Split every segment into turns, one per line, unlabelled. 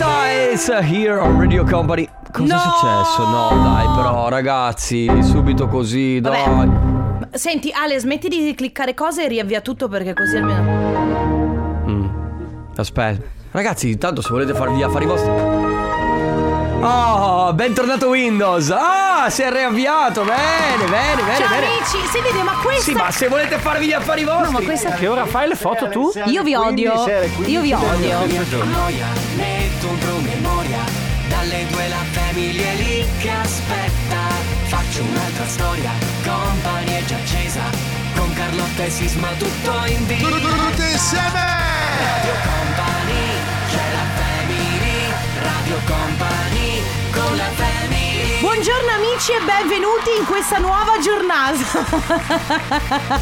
It's here on Radio Company. Cosa
No!
è successo? No, dai, però, ragazzi, subito così,
Vabbè.
dai.
Senti, Ale, smetti di cliccare cose e riavvia tutto perché così almeno.
Aspetta. Ragazzi, intanto se volete farvi gli affari vostri. Oh, bentornato Windows. Ah, si è riavviato. Bene, bene, bene,
Ciao
bene.
amici, sentite, ma questa
Sì, ma se volete farvi gli affari vostri.
ma questa
Che ora fai le foto tu?
Io vi odio. Io vi odio.
Noia, metto un promemoria. Dalle due la famiglia è lì che aspetta. Faccio un'altra storia. Company è già accesa. Con Carlotta e Sisma tutto in diretta.
Tutti insieme!
Radio Company, c'è la family. Radio Company, con la family.
Buongiorno amici e benvenuti in questa nuova giornata.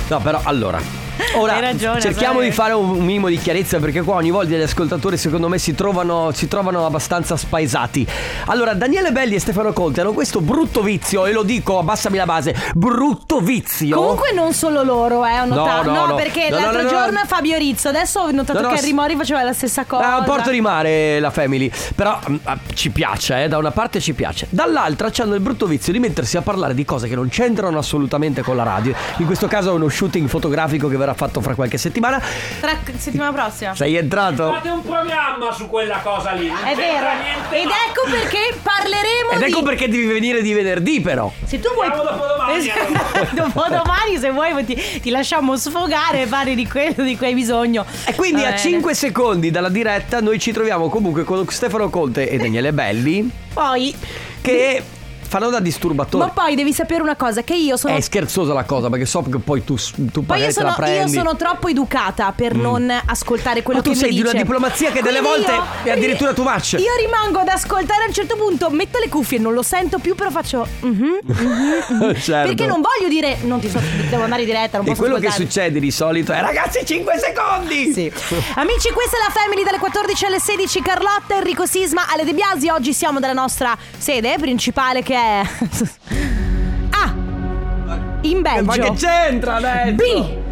No, però allora. Ora
Hai ragione,
cerchiamo
sai.
di fare un minimo di chiarezza perché qua ogni volta gli ascoltatori secondo me si trovano, si trovano abbastanza spaesati. Allora, Daniele Belli e Stefano Conte hanno questo brutto vizio e lo dico, abbassami la base, brutto vizio.
Comunque non solo loro, eh, ho notato.
no, no.
perché
No, no,
l'altro
no, no.
giorno Fabio Rizzo, adesso ho notato
No, no,
che
s-
Henry Mori faceva la stessa cosa.
Ah, Porto di Mare la Family. Però mm, ah, ci piace, eh, da una parte ci piace. Dall'altra hanno il brutto vizio di mettersi a parlare di cose che non c'entrano assolutamente con la radio. In questo caso è uno shooting fotografico che verrà fatto fra qualche settimana.
Tra settimana prossima.
Sei entrato?
Fate un programma su quella cosa lì. non
È
c'entra
vero.
niente,
Ed
ma-
ecco perché parleremo
Ed
di
ecco perché devi venire di venerdì, però.
Se tu vuoi.
Andiamo dopodomani, allora.
Dopodomani, se vuoi, ti, ti lasciamo sfogare e parli di quello di cui hai bisogno. Eh,
E quindi
Va
a
bene.
5 secondi dalla diretta noi ci troviamo comunque con Stefano Conte e Daniele Belli
Poi.
che fanno da disturbatore.
Ma poi devi sapere una cosa: che io sono.
È scherzosa la cosa perché so che poi tu, tu
poi
magari
io
te
sono,
la prendi. Mm.
io sono troppo educata per non ascoltare quello
Ma tu
che mi
sei di una
dice.
diplomazia che delle
Quindi
volte
io-
è addirittura too much.
Io rimango ad ascoltare a un certo punto, metto le cuffie, non lo sento più, però faccio. mhm, mhm, mhm.
Certo.
Perché non voglio dire. Non ti so, devo andare in diretta, non
E
posso
quello che
ascoltare.
succede di solito è ragazzi 5 secondi!
Sì. Amici, questa è la Family dalle 14 alle 16. Carlotta, Enrico Sisma, Ale De Biasi. Oggi siamo dalla nostra sede principale che è. A. In
Eh, Ma che
Belgio.
c'entra
B.
adesso?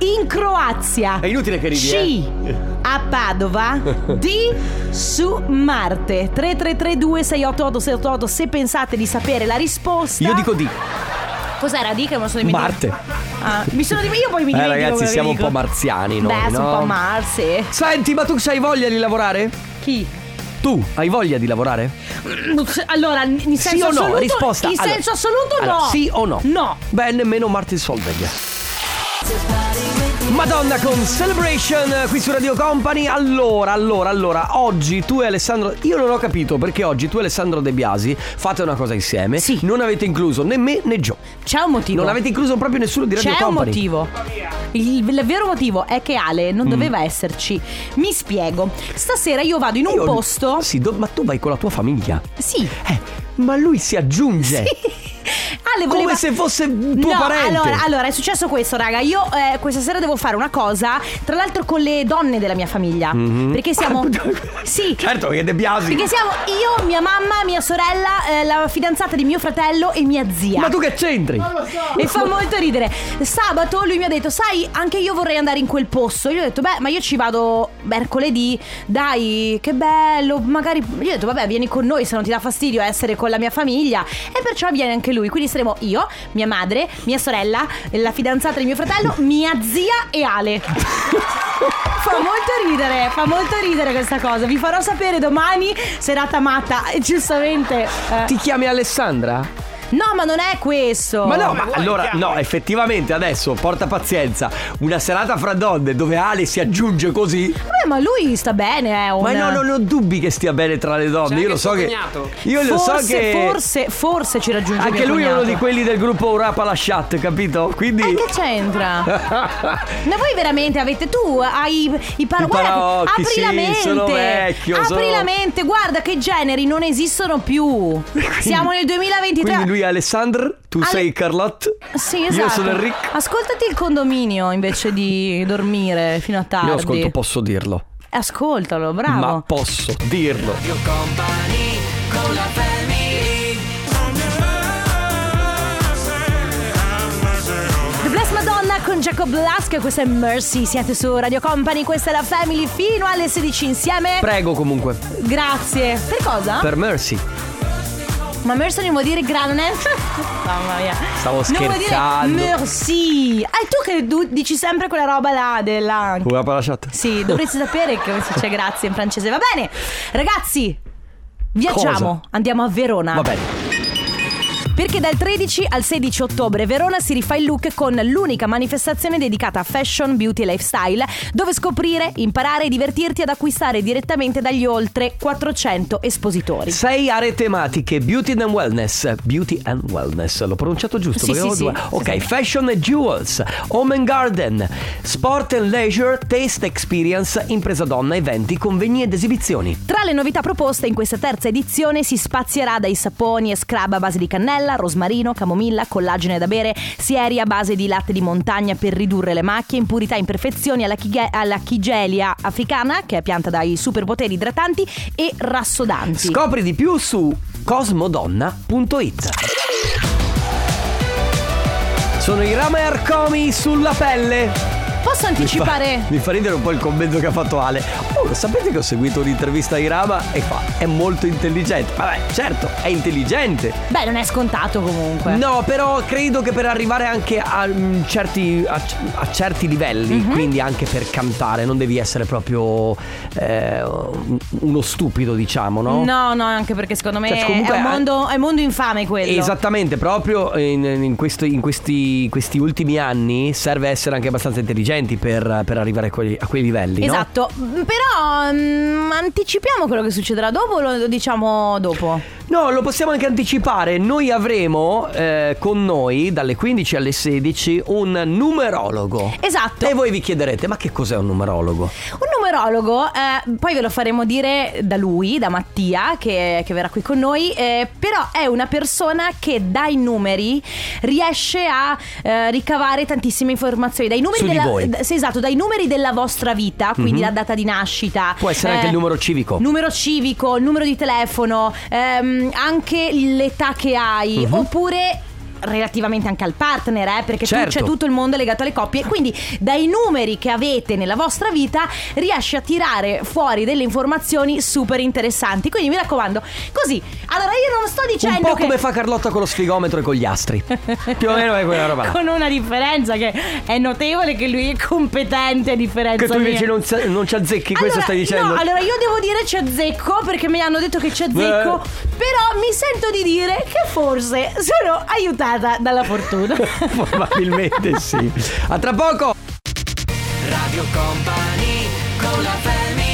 In Croazia.
È inutile che ridi, eh.
C. A Padova. D. Su Marte. 3332 688 688 Se pensate di sapere la risposta.
Io dico di Eh,
Cos'era D che me lo sono
Marte.
dimenticato? Ah, mi sono dimenticato. Io poi mi
Eh
dimentico. quello
ragazzi
che
siamo un
dico.
po' marziani noi,
Beh, sono
no?
un po' Marse.
Senti, ma tu hai voglia di lavorare?
Chi?
Tu hai voglia di lavorare?
Allora, in senso
sì o no?
assoluto,
Risposta.
in
allora.
senso assoluto no.
Allora, sì o no?
No.
Beh, nemmeno Martin Solveig. Madonna con Celebration eh, qui su Radio Company. Allora, allora, allora, oggi tu e Alessandro. Io non ho capito perché oggi tu e Alessandro De Biasi fate una cosa insieme.
Sì.
Non avete incluso né me né Gio.
C'è un motivo.
Non avete incluso proprio nessuno di Radio
C'è un
Company.
motivo. Il, il vero motivo è che Ale
Mm.
non doveva esserci. Mi spiego. Stasera io vado in un
Io-
posto.
Sì, do- ma tu vai con la tua famiglia.
Sì.
Eh, ma lui si aggiunge.
Ale
Come
voleva...
se fosse un tuo
no,
parente.
Allora, allora, è successo questo, raga. Io eh, questa sera devo fare una cosa, tra l'altro con le donne della mia famiglia.
Mhm.
Perché siamo. sì.
Certo, che De Biasi.
Perché siamo io, mia mamma, mia sorella, eh, la fidanzata di mio fratello e mia zia.
Ma tu che c'entri?
E fa molto ridere. Sabato lui mi ha detto: Sai, anche io vorrei andare in quel posto. Io gli ho detto: Beh, ma io ci vado mercoledì. Dai, che bello. Magari. Gli ho detto: Vabbè, vieni con noi se non ti dà fastidio essere con la mia famiglia. E perciò viene anche lui. Quindi saremo io, mia madre, mia sorella, la fidanzata di mio fratello, mia zia e Ale. Fa molto ridere, fa molto ridere questa cosa. Vi farò sapere domani, serata matta. E giustamente. eh,
Ti chiami Alessandra?
No, ma non è questo.
Ma no, ma allora, no, effettivamente adesso, porta pazienza, una serata fra donne dove Ale si aggiunge così.
Vabbè, ma lui sta bene, eh. un-
Ma no, non ho dubbi che stia bene tra le donne. Io lo so che. Io lo so
Forse,
che.
forse, forse ci raggiunge
Anche
mio
lui è
cognato.
uno di quelli del gruppo Urapa la chat, capito? Quindi.
Eh, che c'entra? Ma voi veramente avete tu hai i
I
paraocchi? guarda,
paraocchi,
apri la
sì,
mente.
sono vecchio,
apri
sono-
la mente, guarda che generi non esistono più. Siamo nel 2023.
Quindi lui è Alessandro, tu
Ale-
sei Carlotte.
Sì,
io
esatto.
sono Enrico.
Ascoltati il condominio invece di dormire fino a tardi.
Io ascolto, posso dirlo.
Ascoltalo, bravo.
Ma posso dirlo.
Radio Company, con la family.
The Bless Madonna con Jacob Lask, questa è Mercy, siete su Radio Company, questa è la Family fino alle 16 insieme.
Prego comunque,
Grazie. Per cosa?
per Mercy.
Ma Mercy non vuol dire grane? Mamma mia.
Stavo
Non vuol dire
scherzando.
merci. Ah, E tu che du- dici sempre quella roba là della...
Una parasciata.
Sì, dovresti sapere che si dice grazie in francese. Va bene, ragazzi, viaggiamo,
Cosa?
andiamo a Verona.
Va bene.
Perché dal 13 al 16 ottobre Verona si rifà il look con l'unica manifestazione dedicata a fashion, beauty e lifestyle, dove scoprire, imparare e divertirti ad acquistare direttamente dagli oltre 400 espositori.
Sei aree tematiche, beauty and wellness. Beauty and wellness, l'ho pronunciato giusto?
Sì,
perché
sì,
ho
sì. Esatto.
due.
Sì,
ok,
sì.
fashion and jewels, home and garden, sport and leisure, taste experience, impresa donna, eventi, convegni ed esibizioni.
Tra le novità proposte in questa terza edizione si spazierà dai saponi e scrub a base di cannella, rosmarino, camomilla, collagene da bere, sieri a base di latte di montagna per ridurre le macchie, impurità, imperfezioni alla, chige- alla chigelia africana, che è pianta dai superpoteri idratanti e rassodanti.
Scopri di più su cosmodonna.it. Sono i Rama e Arcomi sulla pelle.
Posso anticipare?
Mi fa ridere un po' il commento che ha fatto Ale. Oh, lo sapete che ho seguito un'intervista di Rama e fa è molto intelligente. Vabbè, certo, è intelligente.
Beh, non è scontato comunque.
No, però credo che per arrivare anche a, mm, certi, a, a certi livelli,
Mhm.
quindi anche per cantare, non devi essere proprio eh, un- uno stupido, diciamo, no?
No, no, anche perché secondo me
Cioè, comunque Esatto,
è, un
ha-
mondo, è un mondo infame quello.
Esattamente, proprio in, in questi, in questi- questi ultimi anni serve essere anche abbastanza intelligenti per, per arrivare a quei, a quei livelli. no?
Esatto, però mm, anticipiamo quello che succederà dopo o lo diciamo dopo?
No, lo possiamo anche anticipare. Noi avremo eh, con noi dalle 15 alle 16 un numerologo.
Esatto.
E voi vi chiederete, ma che cos'è un numerologo?
Un numerologo, eh, poi ve lo faremo dire da lui, da Mattia, che, che verrà qui con noi, eh, però è una persona che dai numeri riesce a eh, ricavare tantissime informazioni. Dai numeri
Su di
della,
voi. Mhm.
d- sì, esatto, dai numeri della vostra vita, quindi la data di nascita. eh,
Può essere anche il numero civico.
Numero civico, numero di telefono, ehm, anche l'età che hai,
Mhm.
oppure... Relativamente anche al partner, eh, perché tu-
Certo.
c'è tutto il mondo legato alle coppie. Quindi, dai numeri che avete nella vostra vita, riesci a tirare fuori delle informazioni super interessanti. Quindi, mi raccomando, così. Allora, io non sto
Un
dicendo
po'
Cioè, che
come fa Carlotta con lo sfigometro e con gli astri. Più o meno è quella roba. là.
con una differenza che è notevole, che lui è competente a differenza
Che tu invece
mia.
non, sa- non ci azzecchi, questo
Allora,
stai dicendo. Eh.
No, allora io devo dire c'è zecco perché mi hanno detto che c'è zecco. Però mi sento di dire che forse sono aiutata dalla fortuna.
Probabilmente sì. A tra poco.
Radio Company con la family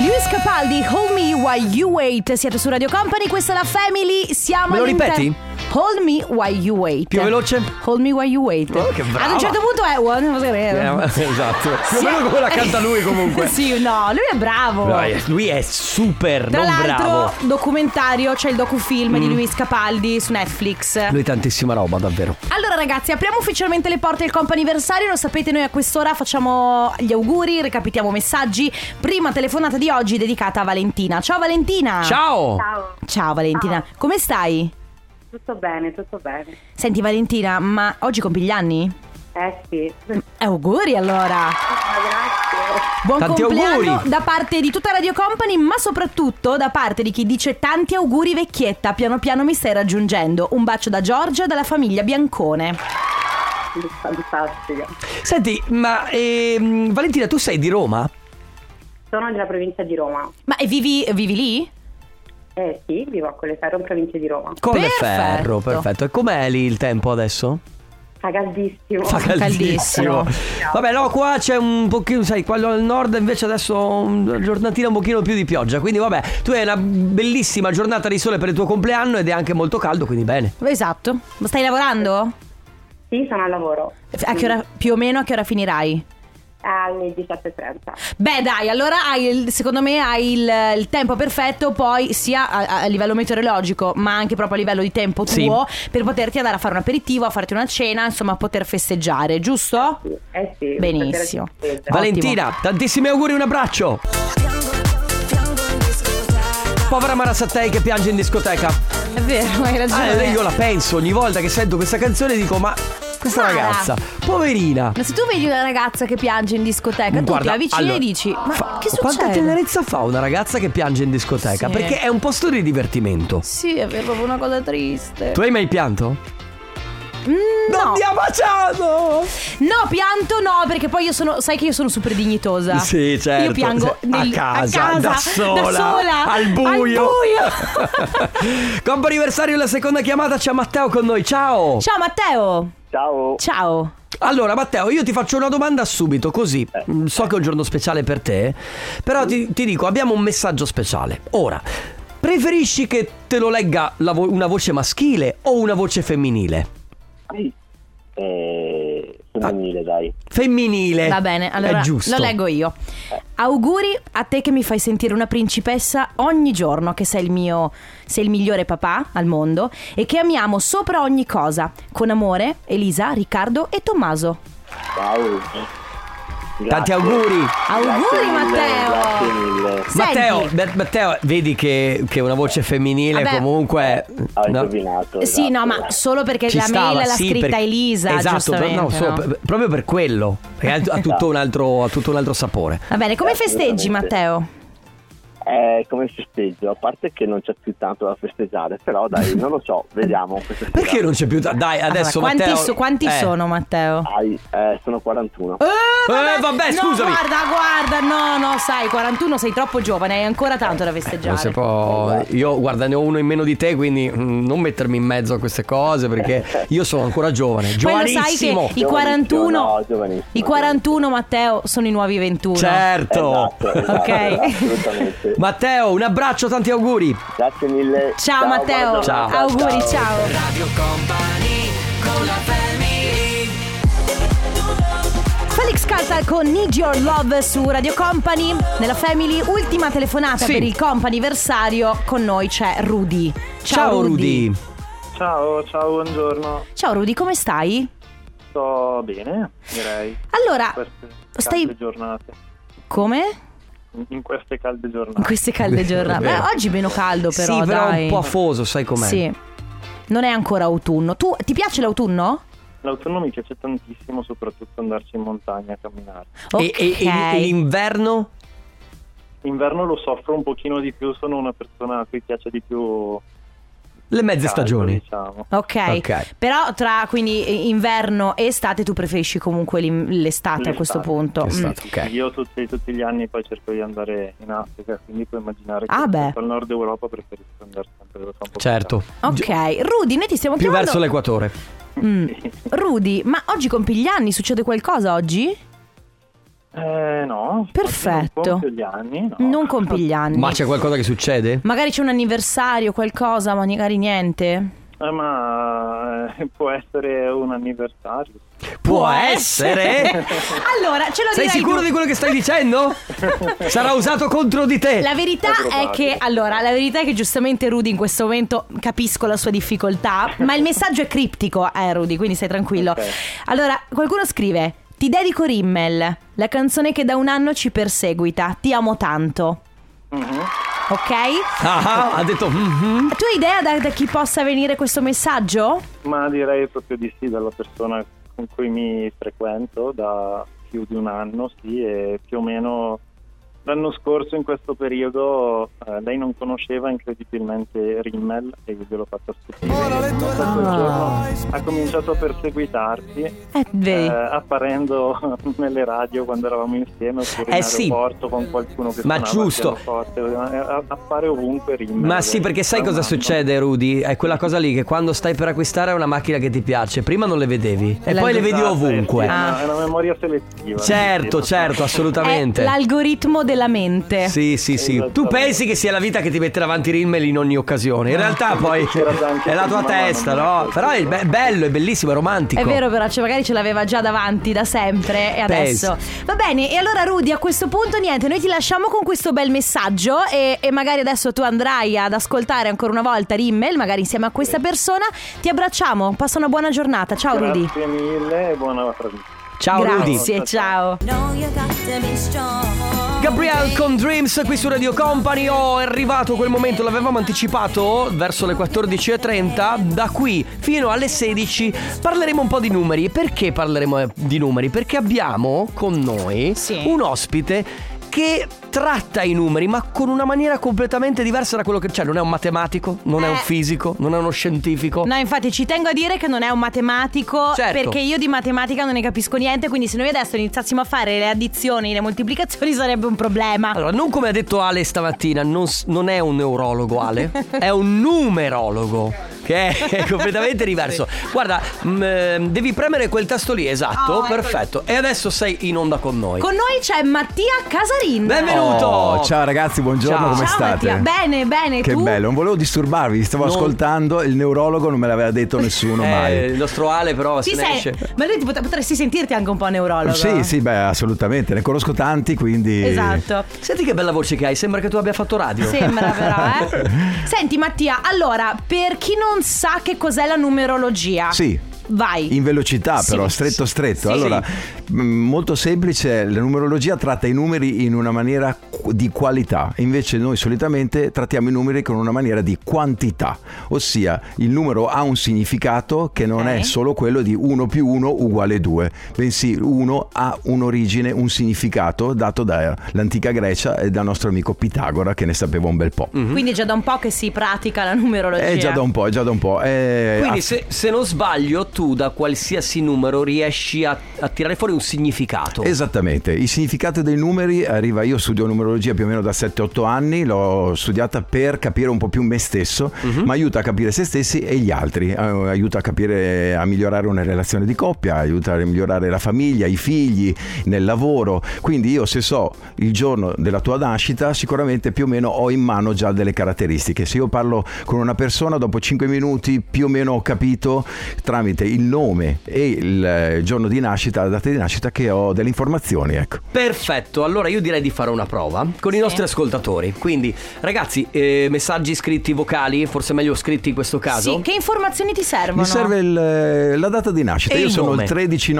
Luis Capaldi, Hold Me While You Wait. Siete su Radio Company, questa è la Family. Siamo
Me lo
all'inter-
ripeti?
Hold me while you wait.
Più veloce?
Hold me while you wait.
Oh, che brava.
Ad un certo punto è. One,
Eh, esatto. Più o meno come la canta lui comunque.
sì, no, lui è bravo.
Dai, Lui è super,
Tra
non
l'altro,
bravo. Mm.
documentario, c'è il docufilm di Luis Capaldi su Netflix.
Lui tantissima roba, davvero.
Allora ragazzi, apriamo ufficialmente le porte del comp'anniversario, lo sapete noi a quest'ora facciamo gli auguri, recapitiamo messaggi. Prima telefonata di oggi dedicata a Valentina. Ciao Valentina!
Ciao!
Ciao,
Ah. Ciao Valentina, come stai?
tutto bene, tutto bene.
Senti Valentina, ma oggi compi gli anni?
Eh sì,
Eh, auguri allora!
grazie.
Buon
Tanti
compleanno
auguri.
da parte di tutta Radio Company, ma soprattutto da parte di chi dice tanti auguri vecchietta, piano piano mi stai raggiungendo. Un bacio da Giorgia e dalla famiglia Biancone.
Fantastico.
Senti, ma ehm, Valentina, tu sei di Roma?
Sono della provincia di Roma.
Ma e vivi, vivi lì?
Eh sì, vivo a Colleferro, in provincia di Roma.
Con le
Perfetto.
ferro, perfetto. E com'è lì il tempo adesso?
Fa caldissimo.
Fa caldissimo.
Oh, Caldissimo.
Vabbè, no, qua c'è un pochino, sai, quello al nord invece adesso una giornatina un pochino più di pioggia. Quindi, vabbè, tu hai una bellissima giornata di sole per il tuo compleanno ed è anche molto caldo, quindi bene.
Esatto. Ma stai lavorando?
Sì, sono al lavoro.
A che ora, più o meno a che ora finirai?
Alle 17.30.
Beh dai, allora hai il- secondo me hai il, il tempo perfetto poi sia a, a livello meteorologico ma anche proprio a livello di tempo
Sì.
tuo per poterti andare a fare un aperitivo, a farti una cena, insomma poter festeggiare, giusto?
Eh sì.
Benissimo.
stasera ci
Ottimo.
Valentina, tantissimi auguri, un abbraccio. Povera Mara Sattei che piange in discoteca.
È vero, hai ragione.
Ah, io la penso ogni volta che sento questa canzone dico ma questa
Cara.
ragazza, poverina.
Ma se tu vedi una ragazza che piange in discoteca, tu ti
Guarda,
avvicini
allora,
e dici: Ma
fa-
che
Quanta
succede?
tenerezza fa una ragazza che piange in discoteca?
Sì.
Perché è un posto di divertimento.
Sì, è proprio una cosa triste.
Tu hai mai pianto?
Mm,
Non
no.
mi ha baciato!
No, pianto no, perché poi io sono. Sai che io sono super dignitosa.
Sì, certo.
Io piango
Sì, a
nel-
casa,
a casa
da sola, al buio.
Al buio.
Compa anniversario, la seconda chiamata. C'è Matteo con noi. Ciao.
Ciao Matteo.
Ciao.
Ciao.
Allora, Matteo, io ti faccio una domanda subito, così. Mm, So che è un giorno speciale per te, però ti, ti dico, abbiamo un messaggio speciale. Ora, preferisci che te lo legga la vo- una voce maschile o una voce femminile?
Eh, femminile, dai.
Femminile.
Va bene, allora
Eh, è giusto.
lo leggo io. Auguri a te che mi fai sentire una principessa ogni giorno, che sei il mio, sei il migliore papà al mondo e che amiamo sopra ogni cosa. Con amore, Elisa, Riccardo e Tommaso.
Ciao.
Tanti
Grazie.
auguri.
Auguri
mille,
Matteo!
Grazie mille.
Senti,
Matteo, Be- Matteo, vedi che, che una voce femminile
Vabbè.
comunque...
Avete
no?
combinato.
Sì, no, ma solo perché
Ci
la
stava,
mail l'ha
sì,
scritta
per-
Elisa,
Esatto,
giustamente.
no, solo
no?
per- proprio per quello. perché Ha, ha tutto un altro, ha tutto un altro sapore.
Va bene, come festeggi
Assolutamente.
Matteo?
Eh, come festeggio? A parte che non c'è più tanto da festeggiare, però dai, non lo so, vediamo. questa sera.
Perché non c'è più... ta- Dai, Eh, adesso
Allora, quanti,
Matteo...
so- quanti
eh.
sono Matteo?
Dai, eh, sono 41.
Eh,
Eh, vabbè,
No,
scusami.
guarda, guarda, no, no, sai, 41 sei troppo giovane, hai ancora tanto da festeggiare.
Non si può- Io guarda, ne ho uno in meno di te, quindi mm, non mettermi in mezzo a queste cose perché io sono ancora giovane,
Poi lo sai
giovanissimo.
che i 41,
No, giovanissimo.
i 41 Matteo sono i nuovi 21.
Certo.
Esatto, esatto,
Ok.
Assolutamente.
Matteo, un abbraccio, tanti auguri.
Grazie mille.
Ciao, Matteo,
buona giornata.
auguri, ciao. Felix Calza con Need Your Love su Radio Company, nella Family, ultima telefonata
Sì.
per il comp'anniversario con noi c'è Rudy.
Rudy.
Ciao, ciao, buongiorno.
Ciao Rudy, come stai?
Sto bene, direi.
Allora,
In queste
Ah, stai-
calde giornate.
come?
In queste calde
In
giornate.
queste calde giornate. Beh, oggi meno caldo però,
sì, però
dai.
un po' afoso, sai com'è?
Sì. Non è ancora autunno. Tu ti piace l'autunno?
L'autunno mi piace tantissimo, soprattutto andarci in montagna a camminare.
E-
Ok.
E, e- e l'inverno?
L'inverno lo soffro un pochino di più, sono una persona a cui piace di più
Le mezze
caldo,
stagioni.
Diciamo.
Ok.
Ok.
Però tra quindi eh, inverno e estate tu preferisci comunque l'im- l'estate a
L'estate.
questo punto.
L'estate.
Mm.
Ok.
Io tutti, tutti gli anni poi cerco di andare in Africa, quindi puoi immaginare che
Ah, beh.
al nord Europa preferisco andare sempre dove fa un po' più
Certo.
Ok, Rudy, noi ti stiamo
Più
chiamando.
verso l'equatore.
Mm. Rudy, ma oggi compi gli anni, succede qualcosa oggi?
caldo. Eh no.
Perfetto.
Non compio gli anni. no.
Non compi gli anni.
Ma c'è qualcosa che succede?
Magari c'è un anniversario, qualcosa, ma magari niente.
Eh, ma eh, può essere un anniversario.
Può essere?
allora, ce lo
Sei
direi
sicuro
tu.
di quello che stai dicendo? Sarà usato contro di te.
La verità è che, allora, la verità è che giustamente Rudy in questo momento capisco la sua difficoltà, ma il messaggio è criptico, eh Rudy, quindi stai tranquillo. Allora, qualcuno scrive, ti dedico Rimmel, la canzone che da un anno ci perseguita, ti amo tanto.
Mhm.
Ok?
Ah, ah, ha detto mhm.
Tu hai idea da, da chi possa venire questo messaggio?
Ma direi proprio di sì dalla persona con cui mi frequento da più di un anno, sì, e più o meno l'anno scorso in questo periodo eh, lei non conosceva incredibilmente Rimmel e io gliel'ho fatta scoprire. Ma quel giorno ha cominciato a perseguitarti
Eh,
eh,
vedi.
apparendo nelle radio quando eravamo insieme oppure in
Eh, sì.
aeroporto con qualcuno che
Ma
suonava il
giusto.
pianoforte. Eh, appare ovunque Rimmel.
Ma sì, perché sai cosa
Amando.
succede, Rudy? È quella cosa lì che quando stai per acquistare una macchina che ti piace, prima non le vedevi e
La-
poi le vedi
Esatto,
ovunque.
È una,
Ah.
è una memoria selettiva.
Certo,
Sì, sì.
certo,
È
assolutamente.
l'algoritmo della mente.
Sì, sì, sì. Tu
Esattamente.
pensi che sia la vita che ti mette davanti Rimmel in ogni occasione. In realtà poi
C'era già anche
è la tua
prima, ma
testa,
non
no?
mi
Però è be- bello, è bellissimo, è romantico.
È vero però, cioè magari ce l'aveva già davanti da sempre e adesso. Va bene, e allora Rudy, a questo punto niente, noi ti lasciamo con questo bel messaggio e, e magari adesso tu andrai ad ascoltare ancora una volta Rimmel, magari insieme a questa persona. Ti abbracciamo, passa una buona giornata. Ciao Rudy.
Grazie mille e buona trasmissione.
Ciao Rudy.
Grazie, ciao.
Know you got to be strong.
Gabriel con Dreams qui su Radio Company. Oh, è arrivato quel momento, l'avevamo anticipato verso le 14.30. Da qui fino alle 16 parleremo un po' di numeri. Perché parleremo eh, di numeri? Perché abbiamo con noi
Sì.
un ospite che tratta i numeri ma con una maniera completamente diversa da quello che c'è. Non è un matematico, non è un
Eh.
fisico, non è uno scientifico.
No, infatti ci tengo a dire che non è un matematico
Certo.
perché io di matematica non ne capisco niente, quindi se noi adesso iniziassimo a fare le addizioni, le moltiplicazioni sarebbe un problema.
Allora, non come ha detto Ale stamattina, non, s- non è un neurologo Ale, è un numerologo, che è completamente diverso. Guarda, mm, eh, devi premere quel tasto lì, esatto,
Oh, ecco.
perfetto. E adesso sei in onda con noi.
Con noi c'è Mattia Casarin.
Benvenuto!
Oh, ciao ragazzi, buongiorno,
Ciao.
come
Ciao
state?
Mattia, bene, bene.
Che
tu?
bello, non volevo disturbarvi, stavo
Non-
ascoltando, il neurologo non me l'aveva detto nessuno
Eh,
mai.
il nostro Ale però
Ti
se ne
sei-
esce.
Ma tu ti pot- potresti sentirti anche un po' neurologo.
Sì, sì, beh, assolutamente, ne conosco tanti, quindi...
Esatto.
Senti che bella voce che hai, sembra che tu abbia fatto radio.
Sembra però, eh. Senti Mattia, allora, per chi non sa che cos'è la numerologia.
Sì.
Vai.
In velocità
Sì.
però, stretto stretto.
Sì.
Allora, mh, molto semplice, la numerologia tratta i numeri in una maniera qu- di qualità, invece noi solitamente trattiamo i numeri con una maniera di quantità, ossia il numero ha un significato che non è
Ok.
solo quello di 1 più 1 uguale 2, bensì 1 ha un'origine, un significato dato dall'antica Grecia e dal nostro amico Pitagora che ne sapeva un bel po'.
Quindi è già da un po' che si pratica la numerologia.
Mhm. È già da un po', è già da un po'. È-
Eh, Quindi
ah,
se, se non sbaglio tu da qualsiasi numero riesci a, a tirare fuori un significato.
Esattamente, il significato dei numeri arriva, io studio numerologia più o meno da 7-8 anni, l'ho studiata per capire un po' più me stesso, ma aiuta a capire se stessi e gli altri, eh, aiuta a capire, a migliorare una relazione di coppia, aiuta a migliorare la famiglia, i figli, nel lavoro, quindi io se so il giorno della tua nascita sicuramente più o meno ho in mano già delle caratteristiche, se io parlo con una persona dopo 5 minuti più o meno ho capito tramite il nome e il eh, giorno di nascita, la data di nascita che ho delle informazioni, ecco.
Perfetto, allora io direi di fare una prova con i nostri ascoltatori. Quindi, ragazzi, eh, messaggi scritti vocali, forse meglio scritti in questo caso.
Sì, che informazioni ti servono?
Mi serve il, eh, la data di nascita,
E
io
il
sono
nome.
il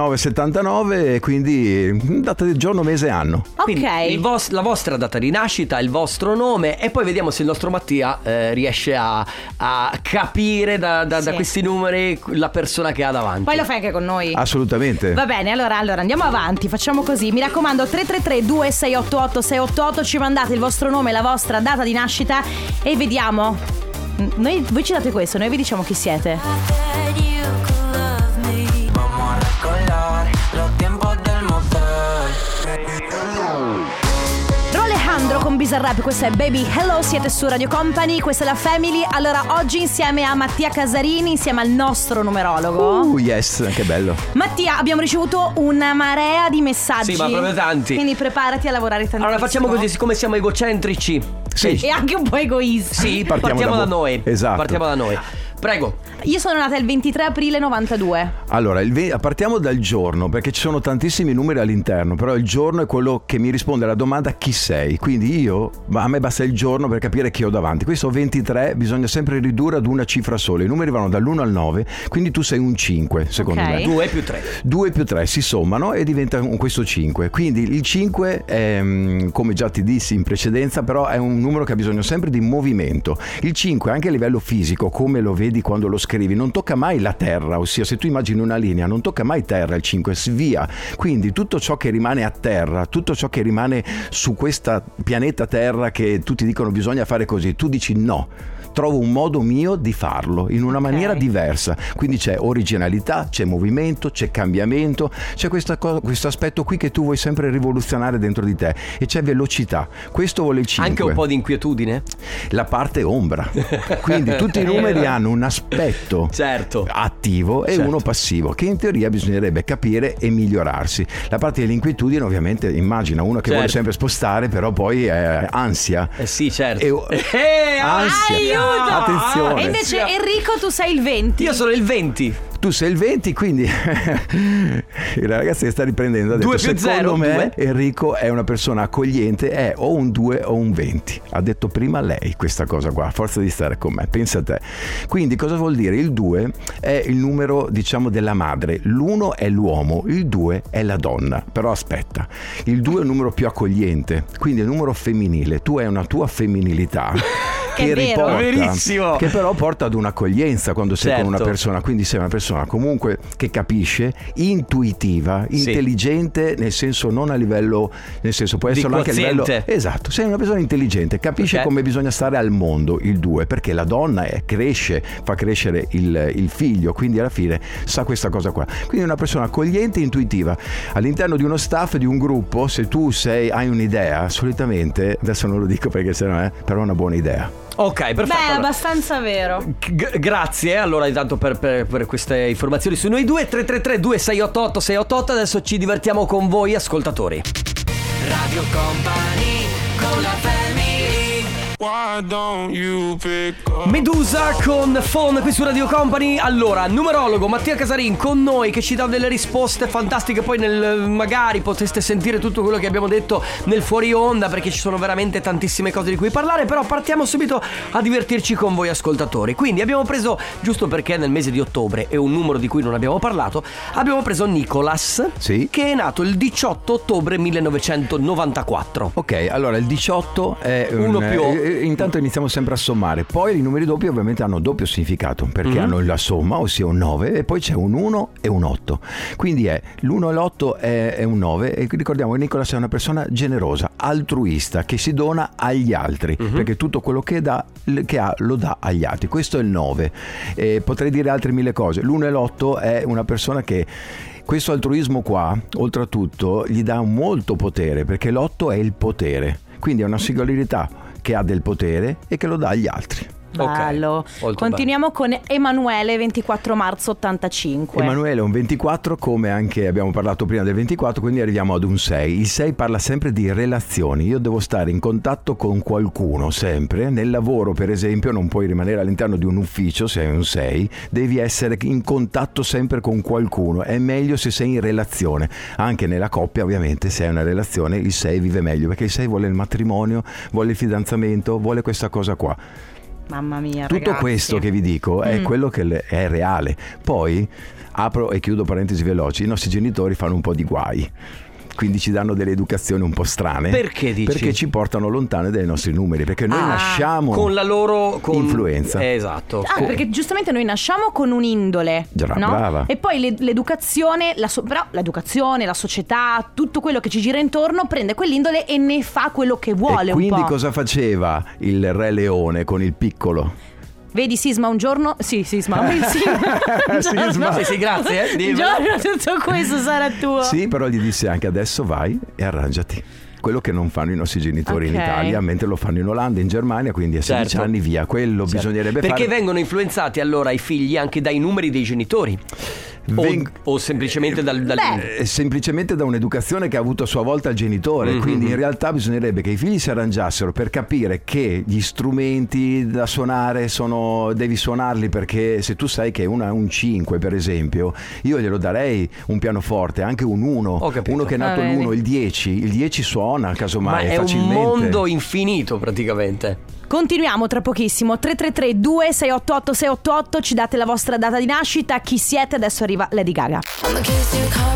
13979 e quindi eh, data di giorno, mese e anno.
Quindi
Ok.
il vos- la vostra data di nascita, il vostro nome e poi vediamo se il nostro Mattia eh, riesce a, a capire da, da- da
Sì.
questi numeri la persona che ha davanti.
Poi lo fai anche con noi.
Ah, Assolutamente.
Va bene, allora, allora andiamo avanti, facciamo così. Mi raccomando, 333 2688 688 ci mandate il vostro nome, la vostra data di nascita e vediamo. Mm, Noi, voi ci date questo, noi vi diciamo chi siete.
Vamos a recolar los tiempos del motor.
Rolejandro con Bizarrap, questa è Baby Hello, siete su Radio Company, questa è la Family. Allora, oggi insieme a Mattia Casarini, insieme al nostro numerologo.
oh.
Uh, yes, che bello.
Mattia, abbiamo ricevuto una marea di messaggi.
Sì, ma proprio tanti.
Quindi preparati a lavorare tantissimo.
Allora facciamo così, siccome siamo egocentrici.
Sì.
E anche un po' egoisti.
Sì, partiamo,
Partiamo
da,
da voi.
noi.
Esatto.
Partiamo da noi. Prego.
Io sono nata il 23 aprile 92.
Allora, il ve- partiamo dal giorno, perché ci sono tantissimi numeri all'interno, però il giorno è quello che mi risponde alla domanda chi sei. Quindi io, ma a me basta il giorno per capire chi ho davanti. Questo 23 bisogna sempre ridurre ad una cifra sola. I numeri vanno dall'1 al 9, quindi tu sei un 5, secondo
Ok.
me.
2 più 3.
2 più 3 si sommano e diventa un- questo 5. Quindi il 5, è, mm, come già ti dissi in precedenza, però è un numero che ha bisogno sempre di movimento. Il 5, anche a livello fisico, come lo vedi quando lo scrivi, non tocca mai la terra, ossia se tu immagini una linea, non tocca mai terra il 5, svia. Quindi tutto ciò che rimane a terra, tutto ciò che rimane su questa pianeta terra che tutti dicono bisogna fare così, tu dici no. Trovo un modo mio di farlo in una maniera diversa. Quindi c'è originalità, c'è movimento, c'è cambiamento, c'è questa co- questo aspetto qui che tu vuoi sempre rivoluzionare dentro di te e c'è velocità. Questo vuole il 5.
Anche un po' di inquietudine?
La parte ombra. Quindi tutti i numeri hanno un aspetto
Certo.
attivo e
Certo.
uno passivo che in teoria bisognerebbe capire e migliorarsi. La parte dell'inquietudine ovviamente immagina uno che
Certo.
vuole sempre spostare però poi è ansia.
Eh sì, certo.
E-
Eh,
ansia.
Aiuto!
Attenzione.
Oh,
E invece Enrico tu sei il 20.
Io sono il 20.
Tu sei il 20, quindi la ragazza che sta riprendendo ha detto:
Due più zero,
Secondo
due."
me, Enrico è una persona accogliente, è o un 2 o un 20. Ha detto prima lei questa cosa qua, a forza di stare con me, pensa a te. Quindi, cosa vuol dire? Il 2 è il numero, diciamo, della madre. L'1 è l'uomo, il 2 è la donna. Però aspetta, il 2 è un numero più accogliente, quindi è un numero femminile. Tu hai una tua femminilità.
Che è vero.
riporta-
Verissimo.
Che però porta ad un'accoglienza quando sei con una
Certo.
persona. Quindi sei una persona comunque che capisce, intuitiva,
Sì.
intelligente, nel senso non a livello, nel senso può
Di
esserlo anche a livello.
quoziente.
Esatto, sei una persona intelligente, capisce
Ok.
come bisogna stare al mondo il 2, perché la donna è- cresce, fa crescere il, il figlio, quindi alla fine sa questa cosa qua. Quindi è una persona accogliente e intuitiva. All'interno di uno staff, di un gruppo, se tu sei, hai un'idea, solitamente, adesso non lo dico perché sennò è, però è una buona idea.
Ok, perfetto.
Beh, è
allora.
abbastanza vero.
G- grazie eh, allora intanto per, per- per queste informazioni su noi due 333 2688 688 adesso ci divertiamo con voi ascoltatori
Radio Company con la family
Medusa con Phone qui su Radio Company allora numerologo Mattia Casarin con noi che ci dà delle risposte fantastiche poi nel, magari poteste sentire tutto quello che abbiamo detto nel fuori onda perché ci sono veramente tantissime cose di cui parlare però partiamo subito a divertirci con voi ascoltatori quindi abbiamo preso giusto perché è nel mese di ottobre è un numero di cui non abbiamo parlato abbiamo preso Nicolas
Sì.
che è nato il 18 ottobre 1994.
Ok, allora il 18 è un-
Uno più.
eh, eh, intanto iniziamo sempre a sommare. Poi i numeri doppi ovviamente hanno doppio significato perché hanno la somma, ossia un 9 e poi c'è un 1 e un 8. Quindi è l'1 e l'8 è, è un 9 e ricordiamo che Nicola è una persona generosa, altruista, che si dona agli altri, perché tutto quello che dà che ha lo dà agli altri. Questo è il 9. Eh, potrei dire altre mille cose. L'1 e l'8 è una persona che questo altruismo qua, oltretutto, gli dà molto potere, perché l'otto è il potere, quindi è una singolarità che ha del potere e che lo dà agli altri.
Ok,
Bello.
molto
Continuiamo con Emanuele 24 marzo 85.
Emanuele è un 24, come anche abbiamo parlato prima del 24, quindi arriviamo ad un 6. Il 6 parla sempre di relazioni. Io devo stare in contatto con qualcuno sempre. Nel lavoro, per esempio, non puoi rimanere all'interno di un ufficio se hai un 6, devi essere in contatto sempre con qualcuno. È meglio se sei in relazione. Anche nella coppia, ovviamente, se hai una relazione, il 6 vive meglio perché il 6 vuole il matrimonio, vuole il fidanzamento, vuole questa cosa qua.
Mamma mia.
Tutto
ragazzi.
questo che vi dico è
Mm.
quello che le- è reale. Poi apro e chiudo parentesi veloci: i nostri genitori fanno un po' di guai. Quindi ci danno delle educazioni un po' strane.
Perché dici?
Perché ci portano lontane dai nostri numeri. Perché noi
Ah,
nasciamo
Con la loro con-
influenza.
Eh, esatto.
Ah,
Con-
perché giustamente noi nasciamo con un'indole.
Già,
no?
brava.
E poi l'ed- l'educazione, la so- però l'educazione, la società, tutto quello che ci gira intorno prende quell'indole e ne fa quello che vuole
e quindi
un po'.
cosa faceva il Re Leone con il piccolo?
Vedi Sisma un giorno. Sì, Sisma. un giorno-
Sisma.
Sì, sì, grazie, eh,
Un
dimmelo.
giorno tutto questo sarà tuo.
Sì, però gli disse anche adesso vai e arrangiati. Quello che non fanno i nostri genitori in
Ok.
Italia, mentre lo fanno in Olanda, in Germania, quindi a 16
Certo.
anni via. Quello
Certo.
bisognerebbe
Perché
fare.
vengono influenzati allora i figli anche dai numeri dei genitori? O-
Veng-
o, semplicemente dal, dal-
Beh,
Eh, semplicemente da un'educazione che ha avuto a sua volta il genitore.
Mm-hmm,
Quindi in realtà bisognerebbe che i figli si arrangiassero per capire che gli strumenti da suonare sono. devi suonarli perché se tu sai che uno è un 5, per esempio, io glielo darei un pianoforte, anche un 1.
Ho capito.
Uno che è nato
Ah, vedi.
l'1, il 10. Il 10 suona
ma
casomai
è
facilmente.
un mondo infinito praticamente.
Continuiamo tra pochissimo 333 2688 688 Ci date la vostra data di nascita Chi siete? Adesso arriva Lady Gaga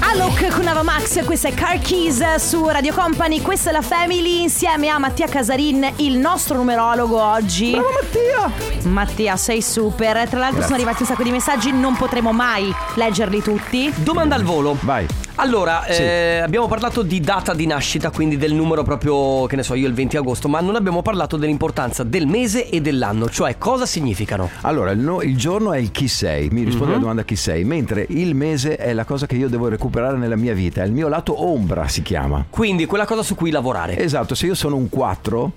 Alok con Ava Max Questa è Car Keys su Radio Company Questa è la Family Insieme a Mattia Casarin Il nostro numerologo oggi Bravo Mattia Mattia sei super Tra l'altro sono arrivati un sacco di messaggi Non potremo mai leggerli tutti
Domanda al volo.
Vai.
Allora,
Sì.
eh, abbiamo parlato di data di nascita, quindi del numero proprio, che ne so io, il 20 agosto, ma non abbiamo parlato dell'importanza del mese e dell'anno, cioè cosa significano.
Allora, il, no- il giorno è il chi sei, mi risponde
Mm-hmm.
alla domanda chi sei, mentre il mese è la cosa che io devo recuperare nella mia vita, è il mio lato ombra si chiama.
Quindi quella cosa su cui lavorare.
Esatto, se io sono un 4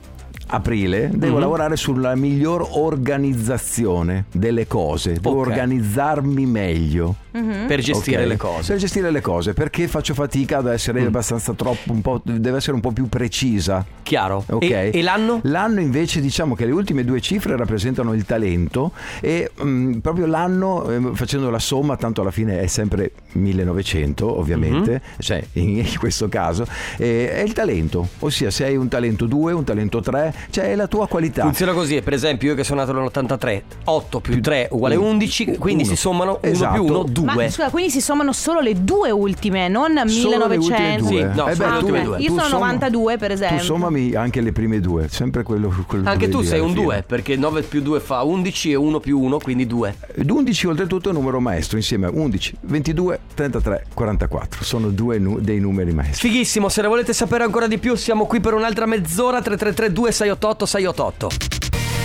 aprile devo
Mhm.
lavorare sulla miglior organizzazione delle cose, devo
Ok.
organizzarmi meglio.
Mhm.
per gestire
Ok.
le cose. Mm.
Per gestire le cose, perché faccio fatica ad essere abbastanza troppo, un po', deve essere un po' più precisa.
Chiaro.
Ok.
E, e l'anno?
L'anno invece diciamo che le ultime due cifre rappresentano il talento e mm, proprio l'anno ehm, facendo la somma, tanto alla fine è sempre 1900 ovviamente,
Mhm.
cioè in, in questo caso, eh, è il talento, ossia se hai un talento 2, un talento 3, cioè è la tua qualità.
Funziona così, per esempio io che sono nato nell'83, 8 più 3 uguale 11, quindi
uno.
si sommano 1
Esatto.
più 1, 2.
Ma scusa, quindi si sommano solo le due ultime, non
Solo le ultime
1900.
due.
Sì, no, solo
Eh beh,
le
tu-
ultime due.
Io
tu
sono
somma-
92 per esempio.
Tu sommami anche le prime due, sempre quello. quello
Anche
che
tu
devi
sei
dire
un
alla
2, perché 9 più 2 fa 11 e 1 più 1, quindi 2.
fine. L'11 oltretutto è un numero maestro, insieme a 11, 22, 33, 44. Sono due nu- dei numeri maestri.
Fighissimo, se ne volete sapere ancora di più siamo qui per un'altra mezz'ora 3332 688 688.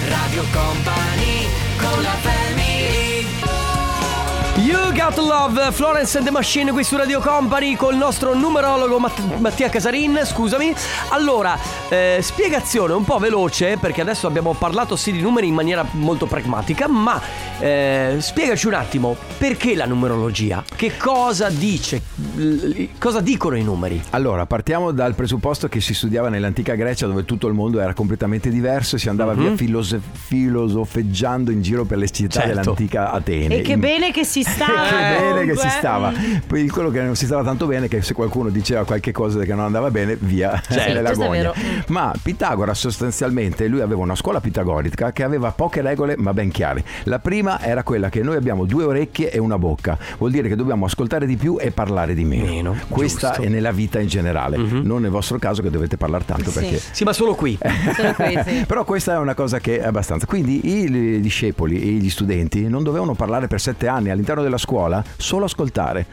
Radio Company con la family
You Got Love, Florence and the Machine qui su Radio Company col nostro numerologo Matt- Mattia Casarin, scusami. Allora, eh, spiegazione un po' veloce perché adesso abbiamo parlato sì di numeri in maniera molto pragmatica, ma eh, spiegaci un attimo perché la numerologia? Che cosa dice? L- cosa dicono i numeri?
Allora, partiamo dal presupposto che si studiava nell'antica Grecia dove tutto il mondo era completamente diverso e si andava
Mhm.
via filose- filosofeggiando in giro per le città
Certo.
dell'antica Atene.
E che
In-
bene che si sta.
che bene che
comunque.
si stava. Poi quello che non si stava tanto bene è che se qualcuno diceva qualche cosa che non andava bene, via
Sì,
la
questo Certo. è
gogna.
vero.
Ma Pitagora sostanzialmente lui aveva una scuola pitagorica che aveva poche regole ma ben chiare. La prima era quella che noi abbiamo due orecchie e una bocca. Vuol dire che dobbiamo ascoltare di più e parlare di meno.
Meno,
Questa
giusto. Mhm.
è nella vita in generale, non nel vostro caso che dovete parlare tanto
Sì.
perché
Sì, ma solo qui.
Eh,
Solo questi.
però questa è una cosa che è abbastanza. Quindi i i discepoli e gli studenti non dovevano parlare per sette anni all'interno della scuola, solo ascoltare.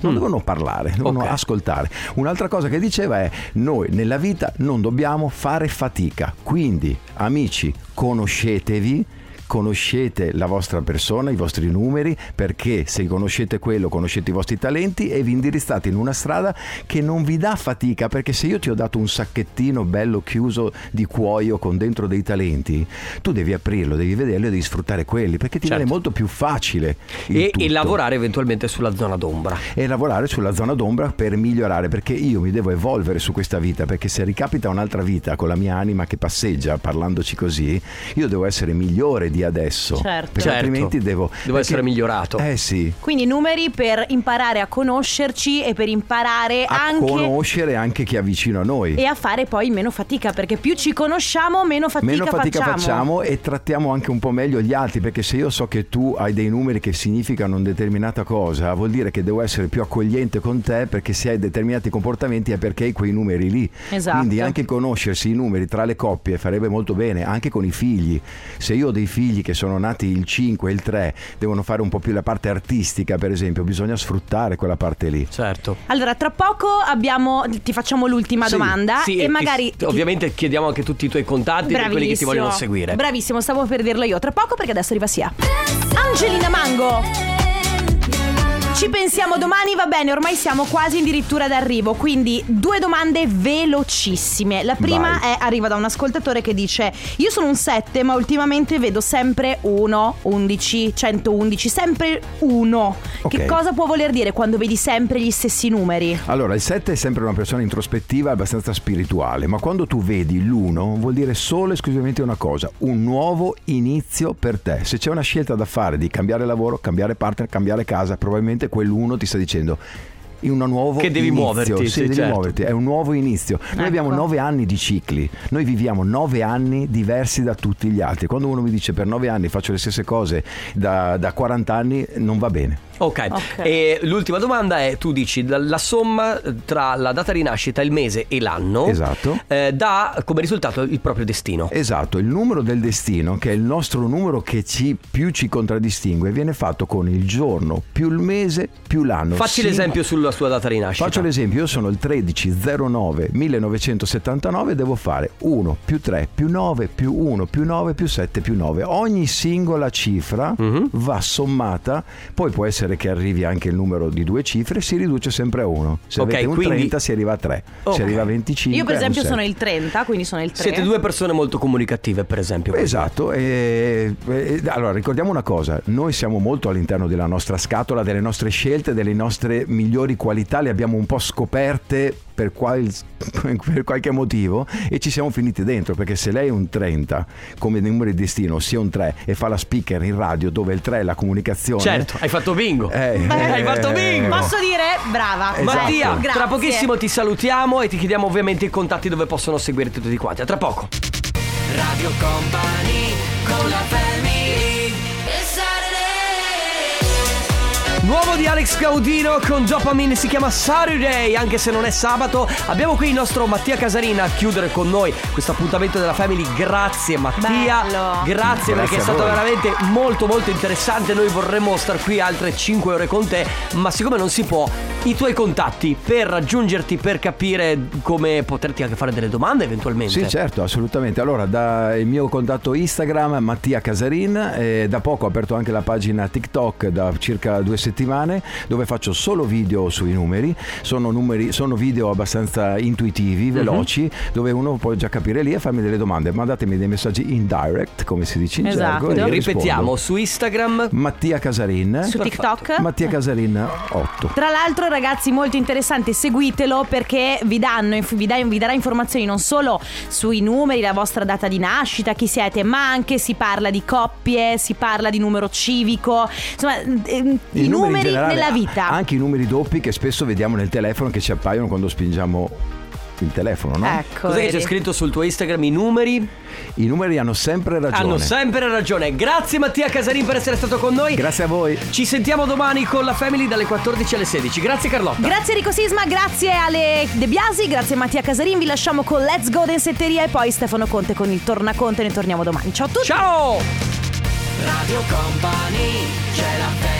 Non dovevano parlare, dovevano
Ok.
ascoltare. Un'altra cosa che diceva è: noi nella vita non dobbiamo fare fatica. Quindi, amici, conoscetevi. Conoscete la vostra persona, i vostri numeri, perché se conoscete quello, conoscete i vostri talenti e vi indirizzate in una strada che non vi dà fatica, perché se io ti ho dato un sacchettino bello chiuso di cuoio con dentro dei talenti, tu devi aprirlo, devi vederlo e devi sfruttare quelli, perché ti
Certo.
viene molto più facile il
E, e
tutto. Cioè,
lavorare eventualmente sulla zona d'ombra.
e lavorare sulla zona d'ombra per migliorare, perché io mi devo evolvere su questa vita, perché se ricapita un'altra vita con la mia anima che passeggia parlandoci così, io devo essere migliore di adesso,
Certo.
perché
Certo.
altrimenti devo...
Devo
perché-
essere migliorato.
Eh sì.
Quindi numeri per imparare a conoscerci e per imparare
A
anche
conoscere anche chi è vicino a noi.
e a fare poi meno fatica, perché più ci conosciamo, meno fatica,
Meno fatica
facciamo.
facciamo. e trattiamo anche un po' meglio gli altri, perché se io so che tu hai dei numeri che significano una determinata cosa, vuol dire che devo essere più accogliente con te perché se hai determinati comportamenti è perché hai quei numeri lì.
Esatto.
Quindi anche conoscersi i numeri tra le coppie farebbe molto bene, anche con i figli. Se io ho dei figli che sono nati il 5 e il 3, devono fare un po' più la parte artistica, per esempio, bisogna sfruttare quella parte lì.
Certo.
Allora, tra poco abbiamo, ti facciamo l'ultima
Sì,
domanda
Sì,
e
ti-
magari...
ovviamente chiediamo anche tutti i tuoi contatti per quelli che ti
Bravissimo.
vogliono seguire.
Bravissimo, stavo per dirlo io. Tra poco perché adesso arriva Sia. Angelina Mango. Ci pensiamo domani, va bene, ormai siamo quasi addirittura d'arrivo, quindi due domande velocissime. La prima
Vai.
è arriva da un ascoltatore che dice "Io sono un 7, ma ultimamente vedo sempre 1, 11, 111, sempre 1. Che
Ok.
cosa può voler dire quando vedi sempre gli stessi numeri?"
Allora, il 7 è sempre una persona introspettiva e abbastanza spirituale, ma quando tu vedi l'1 vuol dire solo e esclusivamente una cosa, un nuovo inizio per te. Se c'è una scelta da fare di cambiare lavoro, cambiare partner, cambiare casa, probabilmente quell'uno ti sta dicendo in un nuovo
Che devi
inizio.
muoverti,
Sì,
sì,
devi
certo.
muoverti, è un nuovo inizio. Noi abbiamo nove anni di cicli, noi viviamo nove anni diversi da tutti gli altri. Quando uno mi dice per nove anni faccio le stesse cose da, da 40 anni, non va bene.
Ok, e l'ultima domanda è, tu dici la- la somma eh, tra la data di nascita, il mese e l'anno
Esatto.
eh, dà come risultato il proprio destino.
Esatto, il numero del destino, che è il nostro numero che ci- più ci contraddistingue, viene fatto con il giorno più il mese più l'anno.
Facci
Sì.
l'esempio sulla sua data di nascita.
Faccio l'esempio, io sono il 13-09-1979 devo fare 1 più 3 più 9 più 1 più
Mhm.
9 più 7 più 9. Ogni singola cifra va sommata, poi può essere essere che arrivi anche il numero di due cifre, si riduce sempre a uno. Se
Ok,
avete un
quindi-
30 si arriva a 3,
Ok.
se arriva a 25
Io per
è un
esempio sono
7.
il 30, quindi sono il 3.
Siete due persone molto comunicative, per esempio.
Esatto, e- e- allora ricordiamo una cosa, noi siamo molto all'interno della nostra scatola, delle nostre scelte, delle nostre migliori qualità, le abbiamo un po' scoperte per, qual- per qualche motivo e ci siamo finiti dentro, perché se lei è un 30 come numero di destino, sia un 3 e fa la speaker in radio dove il 3 è la comunicazione,
Certo, hai fatto bingo.
Eh, eh, oh.
hai fatto bingo.
Posso dire brava.
Esatto.
Mattia,
Grazie.
tra pochissimo ti salutiamo e ti chiediamo ovviamente i contatti dove possono seguirti tutti quanti. A tra poco.
Radio Company con la family
Nuovo di Alex Gaudino con Dopamin si chiama Saturday, anche se non è sabato. Abbiamo qui il nostro Mattia Casarina a chiudere con noi questo appuntamento della Family. Grazie Mattia.
Bello.
Grazie, perché
a
è stato
voi.
veramente molto molto interessante. Noi vorremmo star qui altre 5 ore con te, ma siccome non si può, i tuoi contatti per raggiungerti, per capire come poterti anche fare delle domande eventualmente.
Sì, certo, assolutamente. Allora, da il mio contatto Instagram, Mattia Casarin, eh, da poco ho aperto anche la pagina TikTok da circa due settimane, dove faccio solo video sui numeri. Sono, numeri, sono video abbastanza intuitivi, veloci, dove uno può già capire lì e farmi delle domande. Mandatemi dei messaggi in direct, come si dice in
Esatto.
gergo. e io
Ripetiamo
rispondo.
su Instagram.
Mattia Casarin.
Su TikTok.
Mattia Casarin 8.
Tra l'altro ragazzi molto interessante, seguitelo perché vi, danno, inf- vi, dà- vi darà informazioni non solo sui numeri, la vostra data di nascita, chi siete, ma anche si parla di coppie, si parla di numero civico, insomma ehm, i,
in
numeri,
generale,
nella vita.
Anche i numeri doppi che spesso vediamo nel telefono che ci appaiono quando spingiamo il telefono, no?
Ecco.
Cos'è che
vedi?
c'è scritto sul tuo Instagram? I numeri?
I numeri hanno sempre ragione.
Hanno sempre ragione. Grazie Mattia Casarin per essere stato con noi.
Grazie a voi.
Ci sentiamo domani con la Family dalle 14 alle 16. Grazie Carlotta.
Grazie Rico Sisma, grazie Ale De Biasi, grazie Mattia Casarin, vi lasciamo con Let's Go Densetteria e poi Stefano Conte con il Tornaconte, ne torniamo domani. Ciao a tutti!
Ciao!
Radio Company c'è la family